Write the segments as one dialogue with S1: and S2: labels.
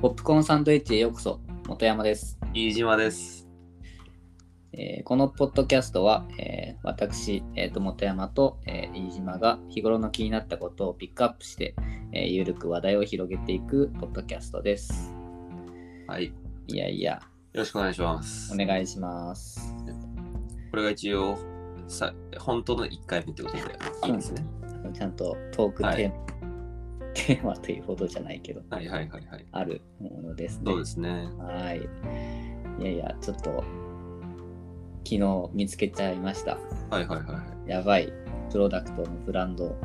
S1: ポップコーンサンドイッチへようこそ本山です、
S2: 飯島です。
S1: えーこのポッドキャストは、えー私、えーと本山と、えー飯島が日頃の気になったことをピックアップして、えーゆるく話題を広げていくポッドキャストです
S2: はい。よ
S1: いやいや
S2: ろしくお願いします。
S1: お願いします
S2: これが一応、さ本当の1回目ってことでいいんですね。
S1: ちゃんとトークテーマ、
S2: はい
S1: テーマというほどじゃないけど
S2: はいはいはいはい。
S1: あるものですね
S2: そうですね。
S1: はいいやいやちょっと昨日見つけちゃいました
S2: はいはいはいは
S1: やばいプロダクトのブランド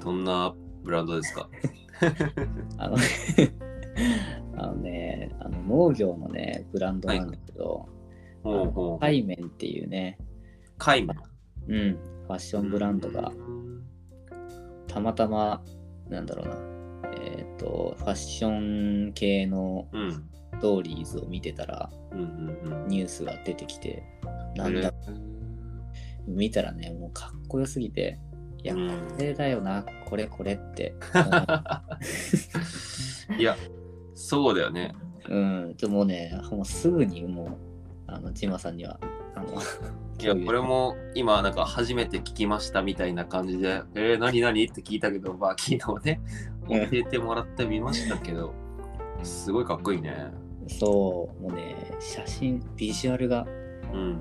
S2: い。どんなブランドですか
S1: あ のあのねあの農業のねブランドなんだけど、
S2: ほうほう。
S1: タイメンっていうね、
S2: カイマン。
S1: うん、ファッションブランドがたまたまなんだろうなえっ、とファッション系の
S2: うん。うん
S1: ストーリーズを見てたら
S2: うんうん
S1: ニュースが出てきて
S2: うん。
S1: なんだ、
S2: えー
S1: 見たらねもうかっこよすぎていや
S2: う
S1: こ
S2: ん
S1: れだよなこれこれって、
S2: いや、そうだよね。
S1: うん、ちょもうねもうすぐにもうあのジマさんにはあの
S2: いや、
S1: 共有
S2: これも今、なんか初めて聞きましたみたいな感じで、えー、何何って聞いたけど、まあ、昨日ね、
S1: う
S2: 教
S1: ん
S2: えてもらってみましたけど、すごいかっこいいね。
S1: そう、もうね、写真、ビジュアルが、
S2: うん。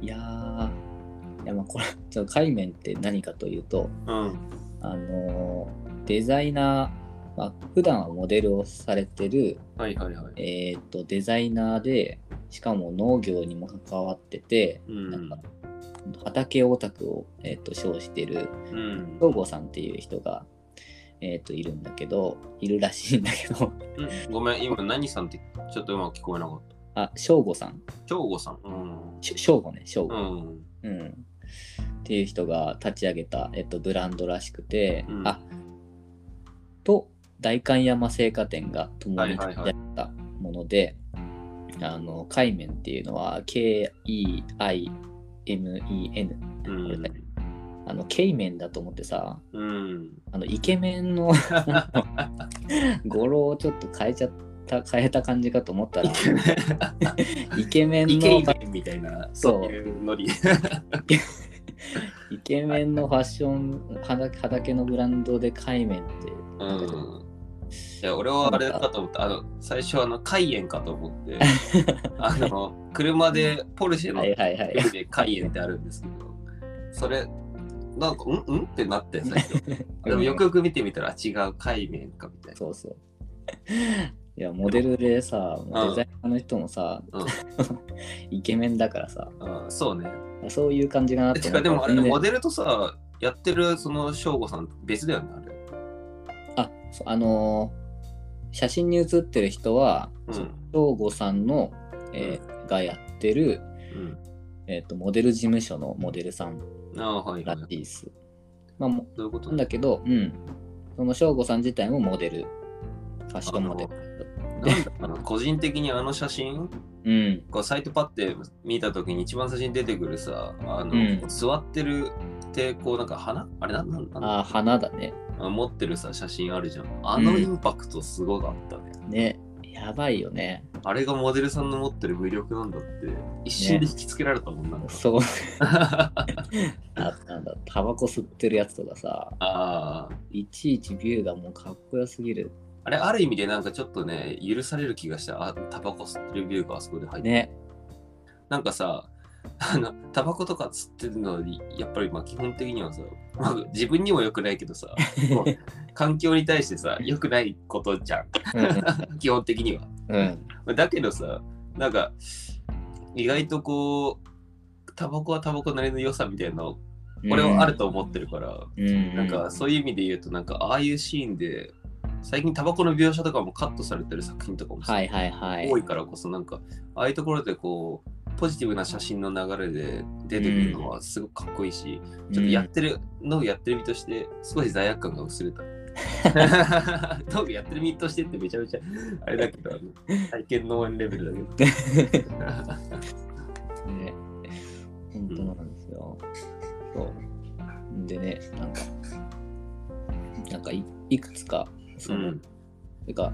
S1: いやー、いやまあこれ、 ちょっと、海面って何かというと、
S2: うん。
S1: あのーデザイナー、まあ、普段はモデルをされてる、
S2: はいはいはい。
S1: えーっと、デザイナーで、しかも農業にも関わってて、
S2: うん。
S1: なんか畑オタクを、えーっと称してる、
S2: うん。
S1: 東郷さんっていう人が、えーっと、いるんだけど、いるらしいんだけど、
S2: うんごめん、今、何さんってちょっとうまく聞こえなかっ
S1: あ、省吾さん、
S2: た。京吾さん。うん。
S1: し省吾ね、省吾。
S2: うん。
S1: うん、っていう人が立ち上げた、えっと、ブランドらしくて、
S2: うん
S1: あと代官山製菓店が共に
S2: はい
S1: 立
S2: はい
S1: ち
S2: はい
S1: 上げたもので、あの海麺っていうのは KEIMEN
S2: う
S1: これ
S2: ん
S1: ね。あのケイメンだと思ってさ
S2: うん。
S1: あのイケメン の語呂をちょっと変えちゃった変えた感じかと思ったらイケメンの
S2: イケイケみたいな、
S1: そう
S2: そういうノリ。
S1: イケメンのファッション裸裸のブランドで海面って
S2: うん。いや、俺はあれかと思った。あの、最初、あの、カイエンかと 思って、あの、車でポルシェの
S1: はいはいはい。
S2: 距離でカイエンってあるんですけど、それ、なんか、んんって なって、最初。でも、よくよく見てみたら、あ違う、カイエンかみたいな。
S1: そうそう。いや、モデルでさ、デザイナーの人もさ、
S2: うん
S1: イケメンだからさ、
S2: うん、そうね。
S1: そういう感じかなと
S2: て
S1: 思
S2: か、
S1: っ
S2: でも、あれ、モ
S1: デ
S2: デルとさ、やってる、その、省吾さん、別だよね、あれ。
S1: あ、そうあのー写真に写ってる人は、
S2: う。
S1: そうん省吾さんの、えーがやってる、えーと、モデル事務所のモデルさん
S2: うん。ああ、はい
S1: ら
S2: はい。
S1: し
S2: ど
S1: いです。まあ、も
S2: ういうこと
S1: なんだけど、うん。その省吾さん自体もモデル。ファッションモデル。
S2: なんだあの個人的にあの写真
S1: うん。
S2: こうサイトパッて見た時に一番最初に出てくるさあの、
S1: うん
S2: 座ってるってこうなんか花あれなんなんなん
S1: ああ、花だね。
S2: あ持ってるさ写真あるじゃんあのインパクトすごかったね、
S1: ね。やばいよね。
S2: あれがモデルさんの持ってる魅力なんだって一瞬で引きつけられたもんなんか、
S1: そう。
S2: あ
S1: あなんだタバコ吸ってるやつとかさ
S2: あー
S1: いちいちビューがもうかっこよすぎる
S2: あれある意味でなんかちょっとね許される気がしたあタバコ吸ってるビューがあそこで入って、
S1: ね
S2: なんかさあのタバコとか吸ってるのにやっぱりまあ基本的にはさ、まあ、自分にも良くないけ どさもう環境に対してさ良くないことじゃ
S1: うん
S2: 基本的には
S1: うん
S2: だけどさなんか意外とこうタバコはタバコなりの良さみたいなの俺はあると思ってるから、
S1: うん
S2: なんかそういう意味で言うとなんかああいうシーンで最近タバコの描写とかもカットされてる作品とかもさ
S1: はいはいはい
S2: 多いからこそなんかああいうところでこうポジティブな写真の流れで出てくるのはすごくかっこいいし、ちょっとやってる農業やってる身として少し罪悪感が 薄れた農業やってる身としてってめちゃめちゃあれだけどあの体験農園レベルだけど
S1: うんね本当なんですよ、そうでねなんかなんかいいくつかその、
S2: うん
S1: てか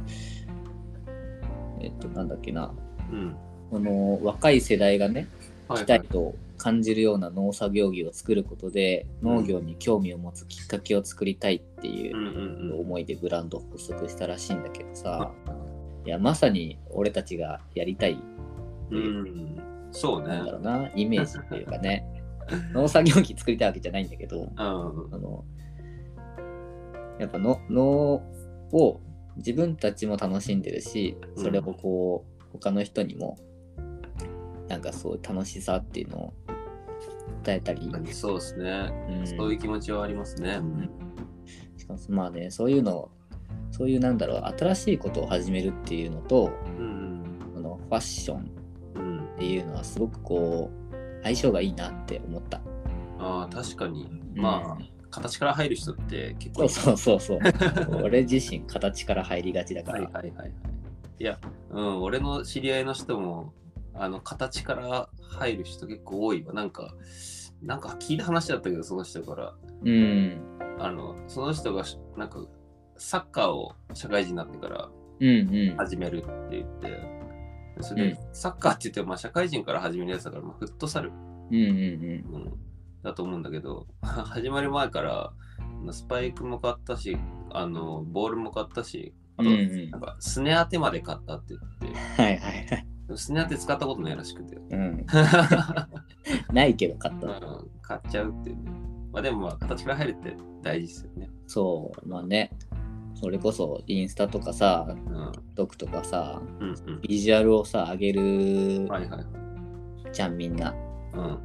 S1: えっと、なんだっけな、
S2: うん。
S1: この若い世代がね、
S2: は
S1: 期待と感じるような農作業着を作ることで、農業に興味を持つきっかけを作りたいっていううん
S2: うんうん。
S1: 思いでブランドを発足したらしいんだけどさ、いや、まさに俺たちがやりたい、
S2: うん。そうね。
S1: なんだろうな、イメージっていうかね、農作業着作りたいわけじゃないんだけど、
S2: うん。
S1: あのやっぱの能を自分たちも楽しんでるしそれをこう、他の人にもなんかそういう楽しさっていうのを伝えたり、
S2: そうですね。
S1: うん
S2: そういう気持ちはありますね。
S1: しかもまあねそういうのそういうなんだろう新しいことを始めるっていうのと
S2: うん。
S1: あのファッション
S2: うん。
S1: っていうのはすごくこう相性がいいなって思った。
S2: ああ、確かに。ま
S1: うん
S2: あ、形から入る人って結
S1: そ
S2: 構
S1: うそうそうそう 俺自身形から入りがちだから、
S2: はいはいはいはい。いや、うん、俺の知り合いの人も、あの、形から入る人結構多いわ。なんか、なんか聞いた話だったけど、その人から。
S1: うん
S2: あの、その人がし、なんか、サッカーを社会人になってから
S1: うんうん
S2: 始めるって言って、それで、
S1: うん
S2: サッカーって言っても、まあ、社会人から始めるやつだから、まあ、フットサル、
S1: うんうん
S2: うん、だと思うんだけど、 始まる前から、あのスパイクも買ったし、あの、ボールも買ったし、あ
S1: うん。
S2: と、
S1: うんうん
S2: なんか、すね当てまで買ったって言って、
S1: はいはいはい。
S2: すね当て使ったことないらしくて、
S1: うん。
S2: うん
S1: ないけど買った。
S2: 買っちゃうっていうね。まあでもまあ形から入るって大事ですよね。
S1: そう、まあね。それこそインスタとかさ、
S2: うん。うん
S1: TikTok とかさ、
S2: うん。
S1: ビジュアルをさ、上げる
S2: はいはいはい。
S1: じゃん、みんな。
S2: うん。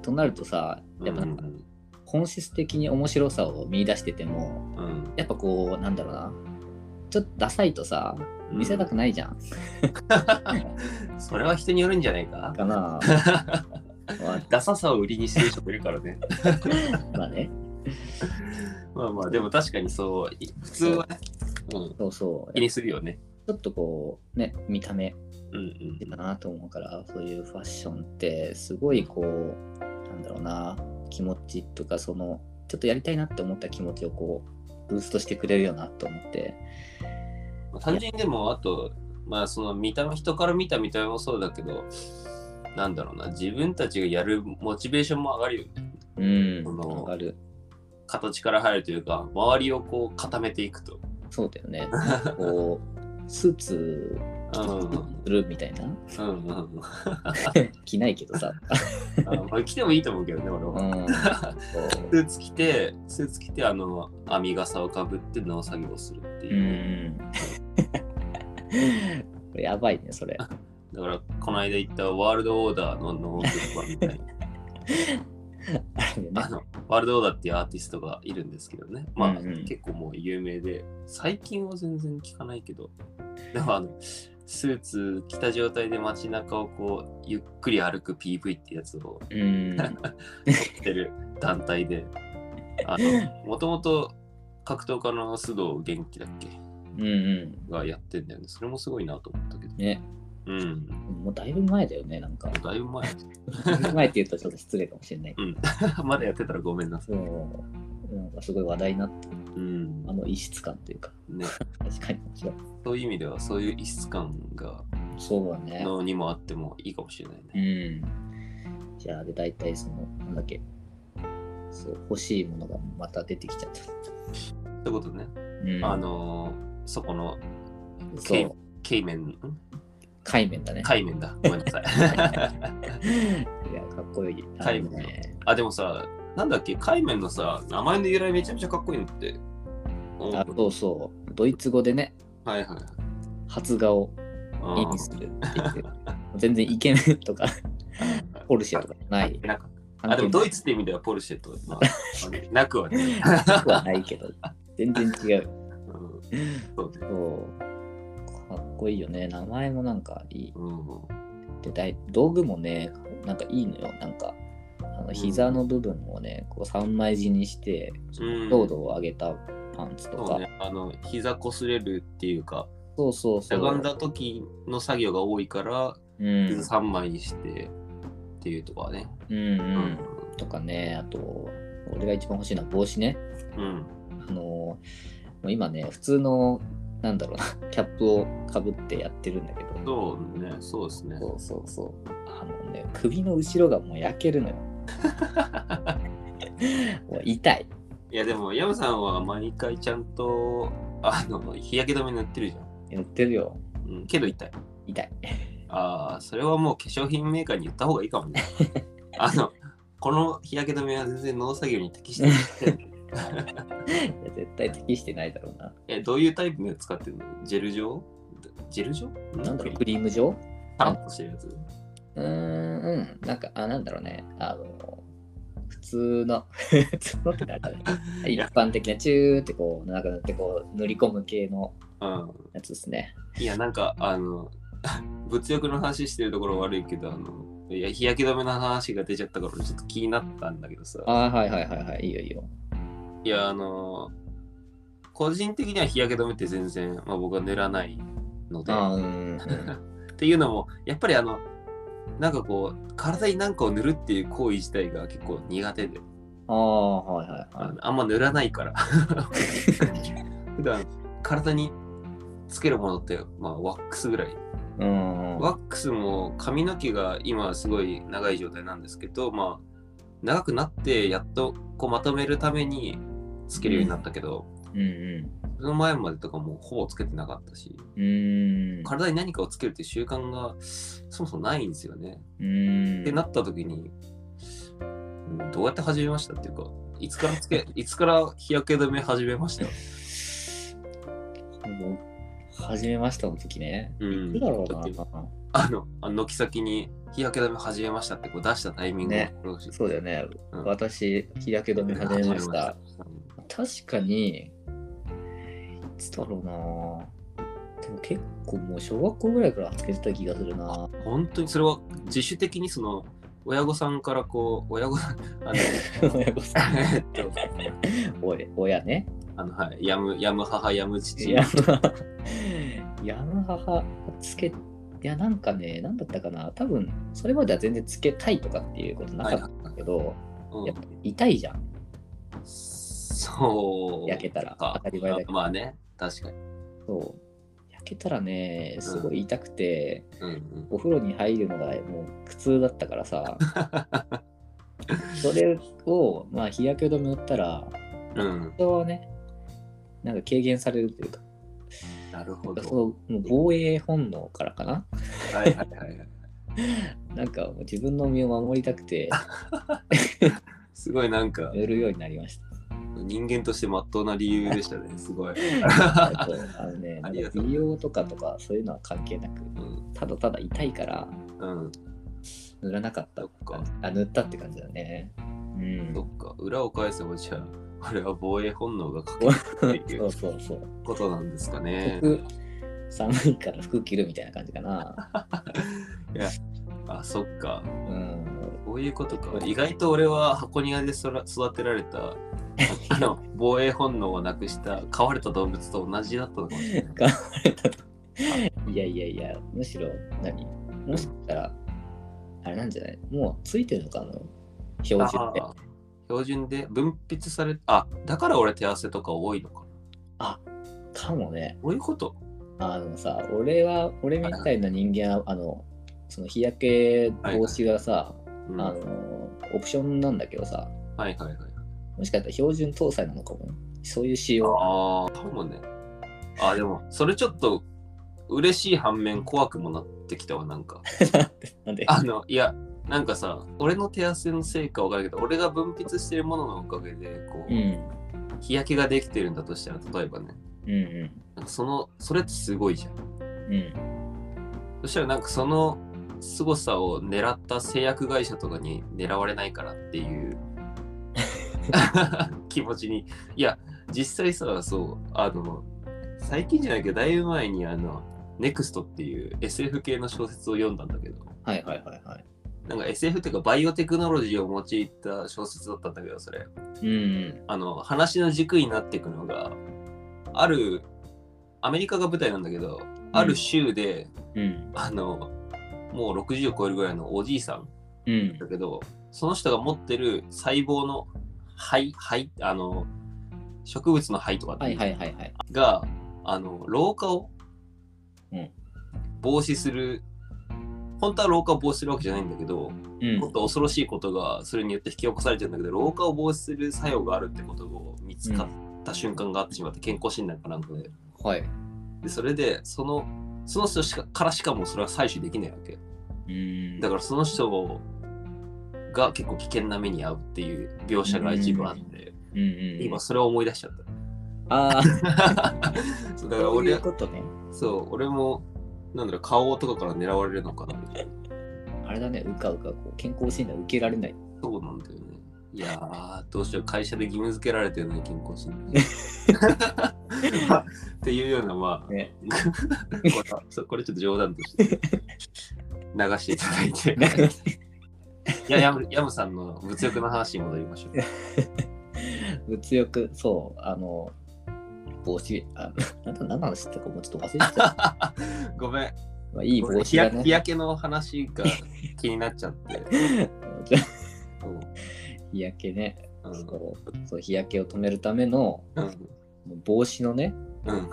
S1: となるとさ、やっぱなんか本質的に面白さを見出してても、
S2: うんうん
S1: やっぱこう、なんだろうな。ちょっとダサいとさ、見せたくないじゃん。
S2: うんそれは人によるんじゃないか。
S1: か なまあ
S2: ダサさを売りにしてる人もいるから ね。
S1: まあね。
S2: まあまあ、でも確かにそう、い普通はね、うん、
S1: そうそう。
S2: 気
S1: ち
S2: にするよね。
S1: ょっとこう、ね、見た目
S2: うん
S1: だなと思うからそういうファッションってすごいこうなんだろうな気持ちとかそのちょっとやりたいなって思った気持ちをこうブーストしてくれるよなと思って
S2: うん。単純にでも、あと、まあその見た目、人から見た見た目もそうだけど、なんだろうな、自分たちがやるモチベーションも上がるよね。
S1: うん
S2: その
S1: 上がる
S2: 形から入るというか周りをこう固めていくと、
S1: そうだよ ねなんかこうスーツ
S2: うんうん
S1: するみたいな
S2: うんうん、
S1: 着ないけどさ、
S2: あまあ着てもいいと思うけどね俺
S1: う
S2: は、
S1: ん、そう
S2: スーツ着てスーツ着てあの編み傘をかぶって農作業をするって
S1: う
S2: いう、
S1: ん これやばいねそれ
S2: だからこの間行ったワールドオーダーの農業場み たいな
S1: あれね
S2: あのワールドオーダーっていうアーティストがいるんですけどねまあ、
S1: うんうん
S2: 結構もう有名で最近は全然聞かないけどでもあのスーツ着た状態で街中をこうゆっくり歩く PV ってやつを
S1: うん
S2: やってる団体で、あ の、もともと格闘家の須藤元気だっけ
S1: うんう
S2: がやってんだよね。それもすごいなと思ったけど
S1: ん。ね
S2: うん。
S1: もうだいぶ前だよねなんか
S2: だいぶ前。
S1: 前って言うとちょっと失礼かもしれないけ
S2: うん。まだやってたらごめんなさい。
S1: ど、そうなんかすごい話題になって
S2: うん。
S1: あの異質感というか
S2: ね、
S1: 確かに面白い
S2: そういう意味では、そういう異質感が、
S1: そうだね
S2: のにもあってもいいかもしれないね。
S1: うんじゃあで大体そのなんだっけそう欲しいものがまた出てきちゃった、
S2: ってことね、
S1: うん、
S2: あのーそこの、
S1: そ
S2: ケイ
S1: う
S2: ケイメン、ん
S1: 海面だね
S2: カイメンだ。ごめんなさい。
S1: いやかっこいい
S2: 海面
S1: あのね
S2: あ、でもさ、なんだっけ、カイメンのさ、名前の由来めちゃめちゃかっこいいのって。思
S1: あそうそうドイツ語でね
S2: はいはい。
S1: 発芽を意味するっていう 全然イケメンとかポルシェとかない
S2: なんかあでもドイツって意味ではポルシェと、 まあ、なくはね。
S1: なくはないけど全然違う
S2: うんそうね
S1: そう。かっこいいよね。名前もなんかいい。
S2: うん
S1: で、だい道具もね、なんかいいのよ。なんか、あの膝の部分をね、こう三枚地にして、
S2: うん
S1: 強度を上げたパンツと
S2: そ
S1: か。
S2: うね、あの膝こすれるっていうか、
S1: そうそうそ
S2: しゃ
S1: う。
S2: がんだ時の作業が多いから、
S1: うん。うん
S2: 3枚にしてっていうとかね。
S1: うん、
S2: う
S1: とかね、あと、俺が一番欲しいのは帽子ね。
S2: うん。
S1: あのーもう今ね、普通の、なんだろうな、キャップをかぶってやってるんだけど、
S2: そうね、そうですね。
S1: そうそうそう。あのね、首の後ろがもう焼ける のよ。もう痛い。
S2: いやでも、ヤムさんは毎回ちゃんと、あの、日焼け止め塗ってるじゃん。
S1: やってるよ。
S2: うん、けど痛い。
S1: 痛い。
S2: ああ、それはもう化粧品メーカーに言った方がいいかも ね。あの、この日焼け止めは全然農作業に適してない。
S1: いや絶対適してないだろうな。
S2: え、どういうタイプのやつ使ってるのジェル状ジェル状
S1: なんだろう、クリーム状
S2: パラッとしてるやつ。
S1: うーん、うん。なんか、あ、なんだろうね。あの、普通の、 普通のってなんだろう ね一般的なチューってこう、なんか塗ってこう、塗り込む系の
S2: うん。
S1: やつですね。
S2: いや、なんか、あの、 物欲の話してるところ悪いけど、あの、いや、日焼け止めの話が出ちゃったから、ちょっと気になったんだけどさ。
S1: あーはいはいはいはい。いいよいいよ。
S2: いや、あの、個人的には日焼け止めって全然、まあ、僕は塗らないので。
S1: あーうん。
S2: っていうのも、やっぱりあの、なんかこう、体に何かを塗るっていう行為自体が結構苦手で、
S1: ああ、はいはい
S2: あ
S1: はい。
S2: のあんま塗らないから。普段、体につけるものって、まあ、ワックスぐらい。
S1: うん。
S2: ワックスも髪の毛が今すごい長い状態なんですけど、まあ、長くなってやっとこうまとめるためにつけるようになったけど、
S1: うんう
S2: その前までとかもうほぼつけてなかったし、
S1: ん。うーん。
S2: 体に何かをつけるっていう習慣がそもそもないんですよね。
S1: うーん。
S2: ってなった時に、うんどうやって始めましたっていうか、いつからつけ、いつから日焼け止め始めました
S1: もう始めましたの時ね。
S2: うん
S1: いつだろう
S2: だって
S1: な。
S2: あの、あの軒先に日焼け止め始めましたってこう出したタイミング
S1: ね
S2: を殺し
S1: そうだよね。
S2: うん
S1: 私、日焼け止め始めました。
S2: うん
S1: 確かに、いつだろうな。でも結構もう小学校ぐらいからつけてた気がする な。
S2: 本当にそれは自主的にその親御さんからこう親御さん あの
S1: 親御さん。
S2: えっと
S1: おい親ね。
S2: あのはいやむやむ母やむ父
S1: ヤムヤム母つけ、いやなんかね、なんだったかな。多分、それまでは全然つけたいとかっていうことな
S2: は
S1: か
S2: い
S1: った
S2: はい
S1: んだけど、
S2: う
S1: やっ
S2: ん
S1: ぱ痛いじゃん。
S2: そう
S1: 焼けたら
S2: か
S1: 当たり前だけど
S2: あまあね確かに
S1: そう。焼けたらね、すごい痛くて、
S2: うんうん
S1: お風呂に入るのがもう苦痛だったから さ、それを、まあ、日焼け止め塗ったら、
S2: うん
S1: それはね、なんか軽減されるというか、
S2: なるほど
S1: そうもう防衛本能からかな。
S2: はいはいはいはい
S1: なんかもう自分の身を守りたくて
S2: すごいなんか
S1: 塗るようになりま した。
S2: 人間として真っ当な理由でしたねすごい、
S1: あとあのね、な
S2: あ
S1: ん
S2: りが
S1: か
S2: とう
S1: 美容とかとかそういうのは関係なく、
S2: うん
S1: ただただ痛いから
S2: うん、
S1: 塗らなかった
S2: そっか
S1: あ、塗ったって感じだね。うん。
S2: そっか裏を返せばじゃ あこれは防衛本能がかかるってい
S1: そううそうそう。
S2: ことなんですか ね
S1: 服、寒いから服着るみたいな感じかな。
S2: あそっか
S1: うん。
S2: こういうことか。意外と俺は箱庭でそら育てられ た、ああの、防衛本能をなくした、飼われた動物と同じだったのかもしれない。
S1: 頑張れたと。いやいやいや、むしろ何、もしかしたら、あれなんじゃないもうついてるのかな標準って。
S2: あー標準で分泌されあ、だから俺手汗とか多いのか。
S1: あかもね。
S2: こういうこと
S1: あのさ、俺は、俺みたいな人間は、あの、その日焼け防止がさ、
S2: うん
S1: あ
S2: はい
S1: の、オプションなんだけどさ、
S2: はいはい。
S1: もしかしたら標準搭載なのかも。そういう仕様。
S2: ああ、かもね。あでも、それちょっと、嬉しい反面怖くもなってきたわ、なんか。
S1: なんで、
S2: あの、いや、なんかさ、俺の手汗のせいかわからんけど、俺が分泌してるもののおかげで、こ
S1: うん。
S2: う、日焼けができてるんだとしたら、例えばね、
S1: うんうん。
S2: なんかそのそれってすごいじゃん
S1: うん。
S2: そしたらなんかその凄さを狙った製薬会社とかに狙われないからっていう 気持ちにいや実際さそうあの最近じゃないけどだいぶ前にあの NEXT っていう SF 系の小説を読んだんだけど
S1: はいはいはいはい。
S2: なんか SF っていうかバイオテクノロジーを用いた小説だったんだけどそれ
S1: うんうん。
S2: あの話の軸になっていくのがあるアメリカが舞台なんだけど、ある州で
S1: うん。
S2: あの、もう60を超えるぐらいのおじいさん
S1: うん
S2: だ。けど、その人が持ってる細胞の肺、肺、あの、植物の肺とかって
S1: はいいうはいはいはい。
S2: が、あの老化を
S1: うん
S2: 防止する、本当は老化を防止するわけじゃないんだけど、
S1: うん
S2: もっと恐ろしいことがそれによって引き起こされてるんだけど老化を防止する作用があるってことを見つかった瞬間があってしまって健康診断かなんかで
S1: はい。
S2: でそれでそのその人しかからしかもうそれは採取できないわけ
S1: うん
S2: だからその人が結構危険な目に遭うっていう描写が一部あって、
S1: うんうん、
S2: 今それを思い出しちゃった
S1: ああ、
S2: そうだから
S1: そう
S2: 俺
S1: いうことね。
S2: そう俺もなんだろう顔とかから狙われるのかなみたいな
S1: あれだね、うかうかこう健康診断受けられない。
S2: そうなんだよねいやーどうしよう会社で義務付けられてるのに健康診断っていうようなまあ、
S1: ね
S2: これはそうこれちょっと冗談として流していただいていやヤムヤムさんの物欲の話に戻りましょう
S1: 物欲、そう、あの、帽子、あの、なんだ何の話だったかもうちょっと忘れちゃった。
S2: ごめん。
S1: まあ、いい帽子
S2: 日
S1: だ
S2: 焼日
S1: ね。
S2: 焼けの話が気になっちゃって。そう
S1: 日焼けね、
S2: うん
S1: そうそう、日焼けを止めるための
S2: うん
S1: 帽子のね、
S2: うん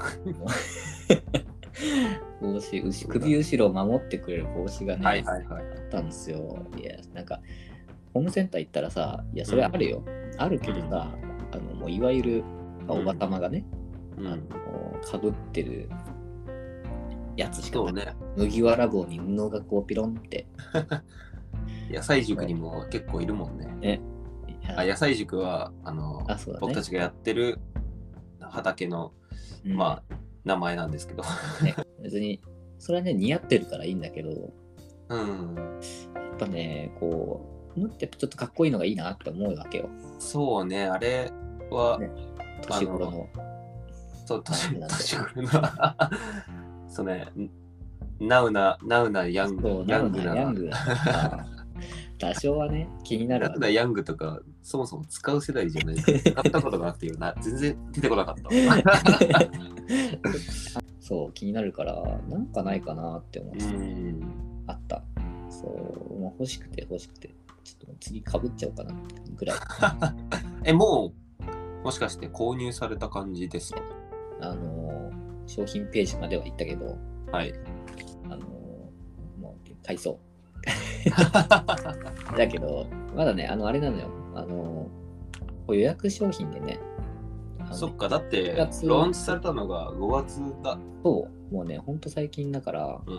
S1: 帽子、うし首後ろを守ってくれる帽子がね、
S2: はいはいはい。
S1: あったんですよ。いや、なんか、ホームセンター行ったらさ、いや、それあるよ。あるけどさ、あの、もういわゆる、まあ、
S2: う
S1: お
S2: ん
S1: ばたまがね、
S2: う
S1: あ
S2: ん、
S1: の、かぶってるやつしか
S2: そう
S1: ない。
S2: ね、
S1: 麦わら帽に布がこう、ピロンって。
S2: 野菜塾にも結構いるもんね。
S1: い
S2: あ
S1: や
S2: 野菜塾はあの
S1: あそうだね
S2: 僕たちがやってる畑の、
S1: うん
S2: まあ名前なんですけど。
S1: 別に、それはね、似合ってるからいいんだけど、
S2: うん、
S1: やっぱね、こう、もってちょっとかっこいいのがいいなって思うわけよ。
S2: そうね、あれは、
S1: ね年頃の。
S2: そう年
S1: なんでなんで
S2: 年頃の そうね、ナウなナウなヤン
S1: そ
S2: グ
S1: う、
S2: ヤ
S1: な
S2: ン
S1: の
S2: グ
S1: な、
S2: な
S1: ヤングな。 あー多少はね、気になる
S2: た
S1: わ
S2: だヤングとか、そもそも使う世代じゃないから、使ったことがなくてよな、 全然出てこなかった。
S1: そう、気になるから、なんかないかなって思っ
S2: う
S1: てた、
S2: ん、
S1: あった。そう、もう欲しくて欲しくて、ちょっともう次かぶっちゃおうかなってぐらい。
S2: え、もう、もしかして購入された感じですか
S1: あのー商品ページまでは行ったけど、
S2: はい。
S1: あのーもう、買いそう。 だけど、まだね、あの、あれなのよ。あのーこう予約商品でね、あの
S2: そっか、だって
S1: 6月、
S2: ローンチされたのが5月だ。
S1: そう、もうね、ほんと最近だから、
S2: うん。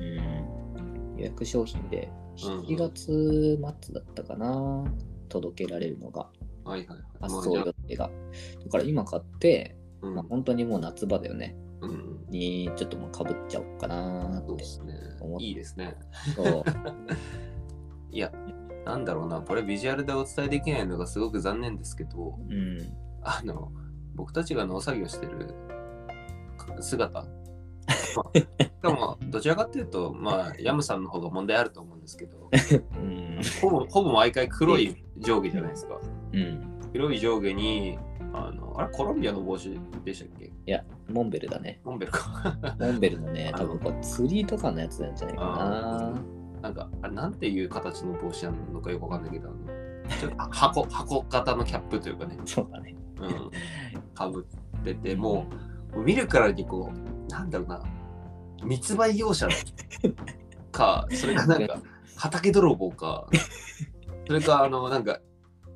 S1: うん、予約商品で、
S2: うんうん
S1: 7月末だったかな、届けられるのが、
S2: はいはい。
S1: 発
S2: も
S1: 送
S2: うじゃ
S1: 予定が。だから今買って、
S2: あうん
S1: まあ、本当にもう夏場だよね、
S2: うん。
S1: にちょっともうかぶっちゃおうかなー
S2: そう
S1: っ
S2: で
S1: て。
S2: すね
S1: 思。っ
S2: いいですね。
S1: そう
S2: いや、なんだろうな、これビジュアルでお伝えできないのがすごく残念ですけど、
S1: うん、
S2: あの、僕たちが農作業してる姿。 まあ、でも、どちらかっていうと、まあ、ヤムさんの方が問題あると思うんですけど、
S1: うん、
S2: ほぼ、ほぼ毎回黒い上下じゃないですか。
S1: うん。
S2: 黒い上下に、あの、あれ、コロンビアの帽子でしたっけ
S1: いや、モンベルだね。
S2: モンベルか。
S1: モンベルのね、
S2: あ
S1: 多
S2: の
S1: 分これ釣りとかのやつなんじゃないかな。
S2: なんか、あれ、なんていう形の帽子なのかよくわかんないけど、あの、ちょっと箱、箱型のキャップというかね、
S1: そうだね。
S2: うん、かぶってて、もう、もう見るからにこう、なんだろうな、密売業者 か、それかなんか、畑泥棒か、それか、あの、なんか、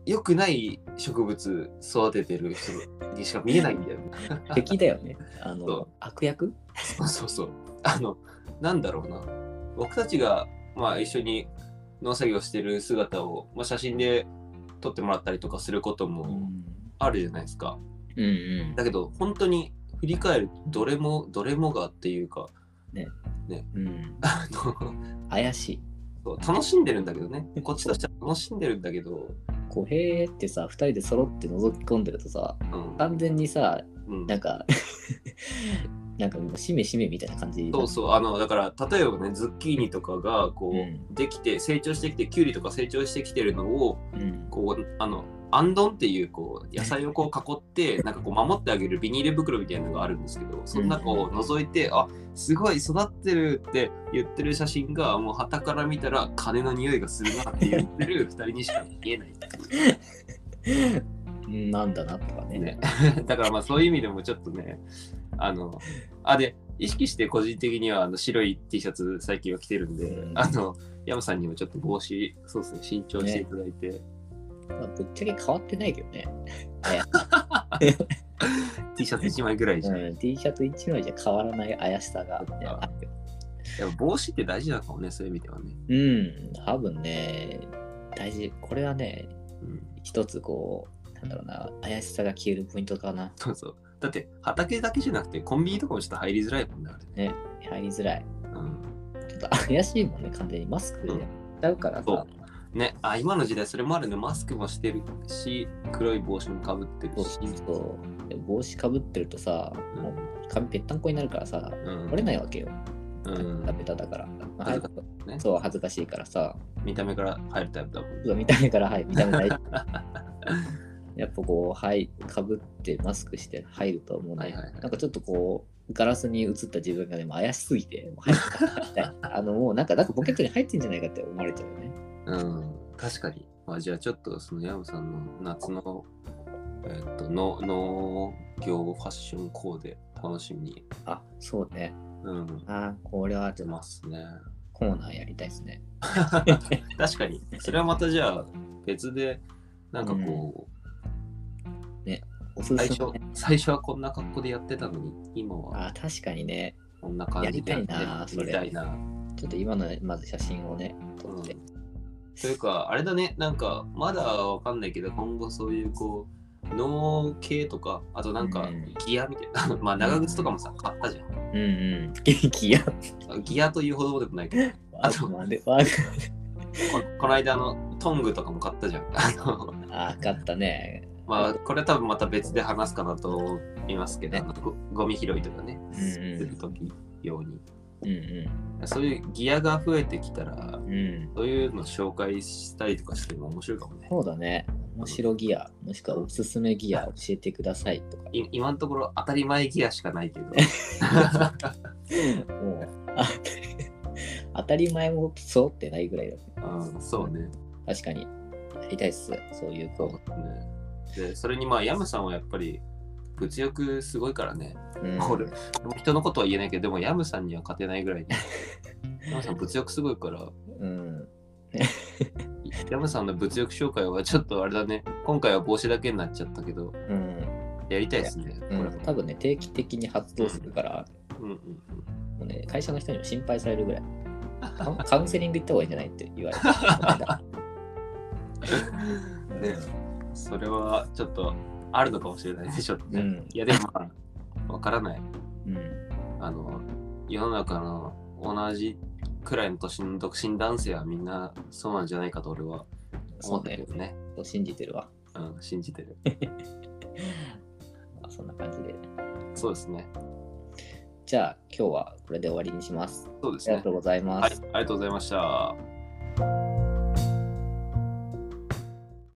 S2: 良くない植物育ててる人にしか見えないんだよね。
S1: 敵だよね。あ
S2: そ
S1: の
S2: う、
S1: 悪役
S2: そうそうそう。あの、なんだろうな。僕たちが、まあ、一緒に農作業してる姿を、まあ、写真で撮ってもらったりとかすること
S1: う
S2: も
S1: ん。
S2: あるじゃないですか。
S1: うんうん。
S2: だけど、本当に振り返るどれも、どれもがっていうか、
S1: うん、
S2: あの
S1: 怪しい。
S2: そう楽しんでるんだけどね。こっちとしては楽しんでるんだけど、
S1: こうへーってさ2人で揃って覗き込んでるとさ
S2: うん。
S1: 完全にさ
S2: うん
S1: なんか なんかもうしめしめみたいな感じ
S2: そうそうあのだから例えばねズッキーニとかがこう、
S1: うん
S2: できて成長してきてキュウリとか成長してきてるのを
S1: うん
S2: こうあのアンドンっていうこう野菜をこう囲ってなんかこう守ってあげるビニール袋みたいなのがあるんですけどそんなこう覗いてあすごい育ってるって言ってる写真がもう旗から見た ら金の匂いがするなって言ってる二人にしか見えない
S1: うんなんだなとかね。
S2: ね だからまあそういう意味でもちょっとね、あの、あ、で、意識して個人的にはあの白い T シャツ最近は着てるんで、
S1: うん
S2: あの、山さんにもちょっと帽子、そうですね、新調していただいて、
S1: まあぶっちゃけ変わってないけどね。
S2: T シャツ1枚ぐらいじゃん。
S1: うん、T シャツ1枚じゃ変わらない怪しさが
S2: そ
S1: あ
S2: っか
S1: るよ。
S2: やっぱ帽子って大事なのかもね、そういう意味ではね。
S1: うん、多分ね、大事、これはね、
S2: うん、
S1: 一つこう、なんだろうな、怪しさが消えるポイントかな。
S2: そうそう。だって畑だけじゃなくてコンビニとかもちょっと入りづらいもんね、あれね。
S1: ね、入りづらい。
S2: うん
S1: ちょっと怪しいもんね、完全に。マスクでやっちゃうから
S2: そ
S1: さ
S2: う。ね、あ今の時代それもあるねマスクもしてるし黒い帽子もかぶって
S1: そ
S2: る
S1: う
S2: し
S1: そうそうで帽子かぶってるとさ、
S2: うん
S1: もう髪ぺったんこになるからさ、
S2: うん
S1: 取れないわけよ。
S2: うん
S1: ダ、メだだから。まあ
S2: 恥ずかね
S1: そう、恥ずかしいからさ、
S2: 見た目から入るタイプだもん
S1: そう見た目から、はい、見た目 大事。やっぱこう、はい、かぶってマスクして入ると思うね、
S2: はいはいはい
S1: なんかちょっとこう、ガラスに映った自分がでも怪しすぎて、もう入ったい あの、もうなんか、なんかポケットに入ってんじゃないかって思われちゃうよね。
S2: うん、確かに。まあ、じゃあちょっとそのヤムさんの夏の、えっとの農業ファッションコーデ楽しみに、
S1: あ、そうね。
S2: うん、
S1: あーこれはち
S2: 出
S1: ょっと
S2: ますね。
S1: コーナーやりたいですね。
S2: 確かに。それはまたじゃあ別で、なんかこう、
S1: おすす
S2: 最
S1: め、
S2: 初
S1: ね。
S2: 最初はこんな格好でやってたのに、今は
S1: あー、確かにね。
S2: こんな感じで
S1: や
S2: や
S1: り
S2: ったて
S1: いなそれ
S2: みたいな。
S1: ちょっと今の、まず写真をね、撮
S2: う
S1: って。
S2: んというか、あれだね、なんか、まだわかんないけど、今後そういう、こう、脳系とか、あとなんか
S1: うん、
S2: ギアみたいな、 まあ、長靴とかもさ、買ったじゃ
S1: うんうん。元気 や。
S2: ん。ギアというほどでもないけど、あと
S1: まで、わ
S2: ここの間、あの、トングとかも買ったじゃん。あの、
S1: あー、勝ったね。
S2: まあ、これ多分また別で話すかなと思いますけど、
S1: ね
S2: あのごゴミ拾いとかね、
S1: ん
S2: するとき用に。
S1: うんう
S2: そういうギアが増えてきたら、
S1: ん。うん。
S2: そういうの紹介したりとかしても面白いかもね。
S1: そうだね。面白ギア、もしくはおすすめギア教えてくださいとか。
S2: い今のところ当たり前ギアしかな いけど。
S1: もう、あ 当たり前も揃ってないぐらいだね。
S2: うん、そうね。
S1: 確かに、やりたいっす。そういう
S2: そう
S1: こ
S2: ねで、それにまあ、ヤムさんはやっぱり物欲すごいからね。
S1: う。うん、
S2: これ、人のことは言えないけど、でもヤムさんには勝てないぐらいね。ヤムさん物欲すごいから、
S1: うん。
S2: ヤムさんの物欲紹介はちょっとあれだね。今回は帽子だけになっちゃったけど、
S1: うん。
S2: やりたいですね。こ
S1: う
S2: れ
S1: ん、多分ね、定期的に発動するから、
S2: うんうん
S1: もうね、会社の人にも心配される ぐらい。カウンカウンセリング行った方がいいんじゃないって言われた。
S2: うんね、それはちょっとあるのかもしれないでしょっとね。
S1: うん
S2: いや、でもまあ、わからない。
S1: うん。
S2: あの世の中の同じくらいの年の独身男性はみんなそうなんじゃないかと俺は
S1: そ
S2: 思
S1: う
S2: って
S1: ね
S2: るけ。どね。
S1: そう信じてるわ。
S2: うん、信じてる。
S1: まあそんな感じで。
S2: そうですね。
S1: じゃあ、今日はこれで終わりにします。
S2: そうで
S1: あ
S2: す
S1: り
S2: ね。
S1: がとうございま
S2: はい、あ
S1: す。
S2: りがとうございました。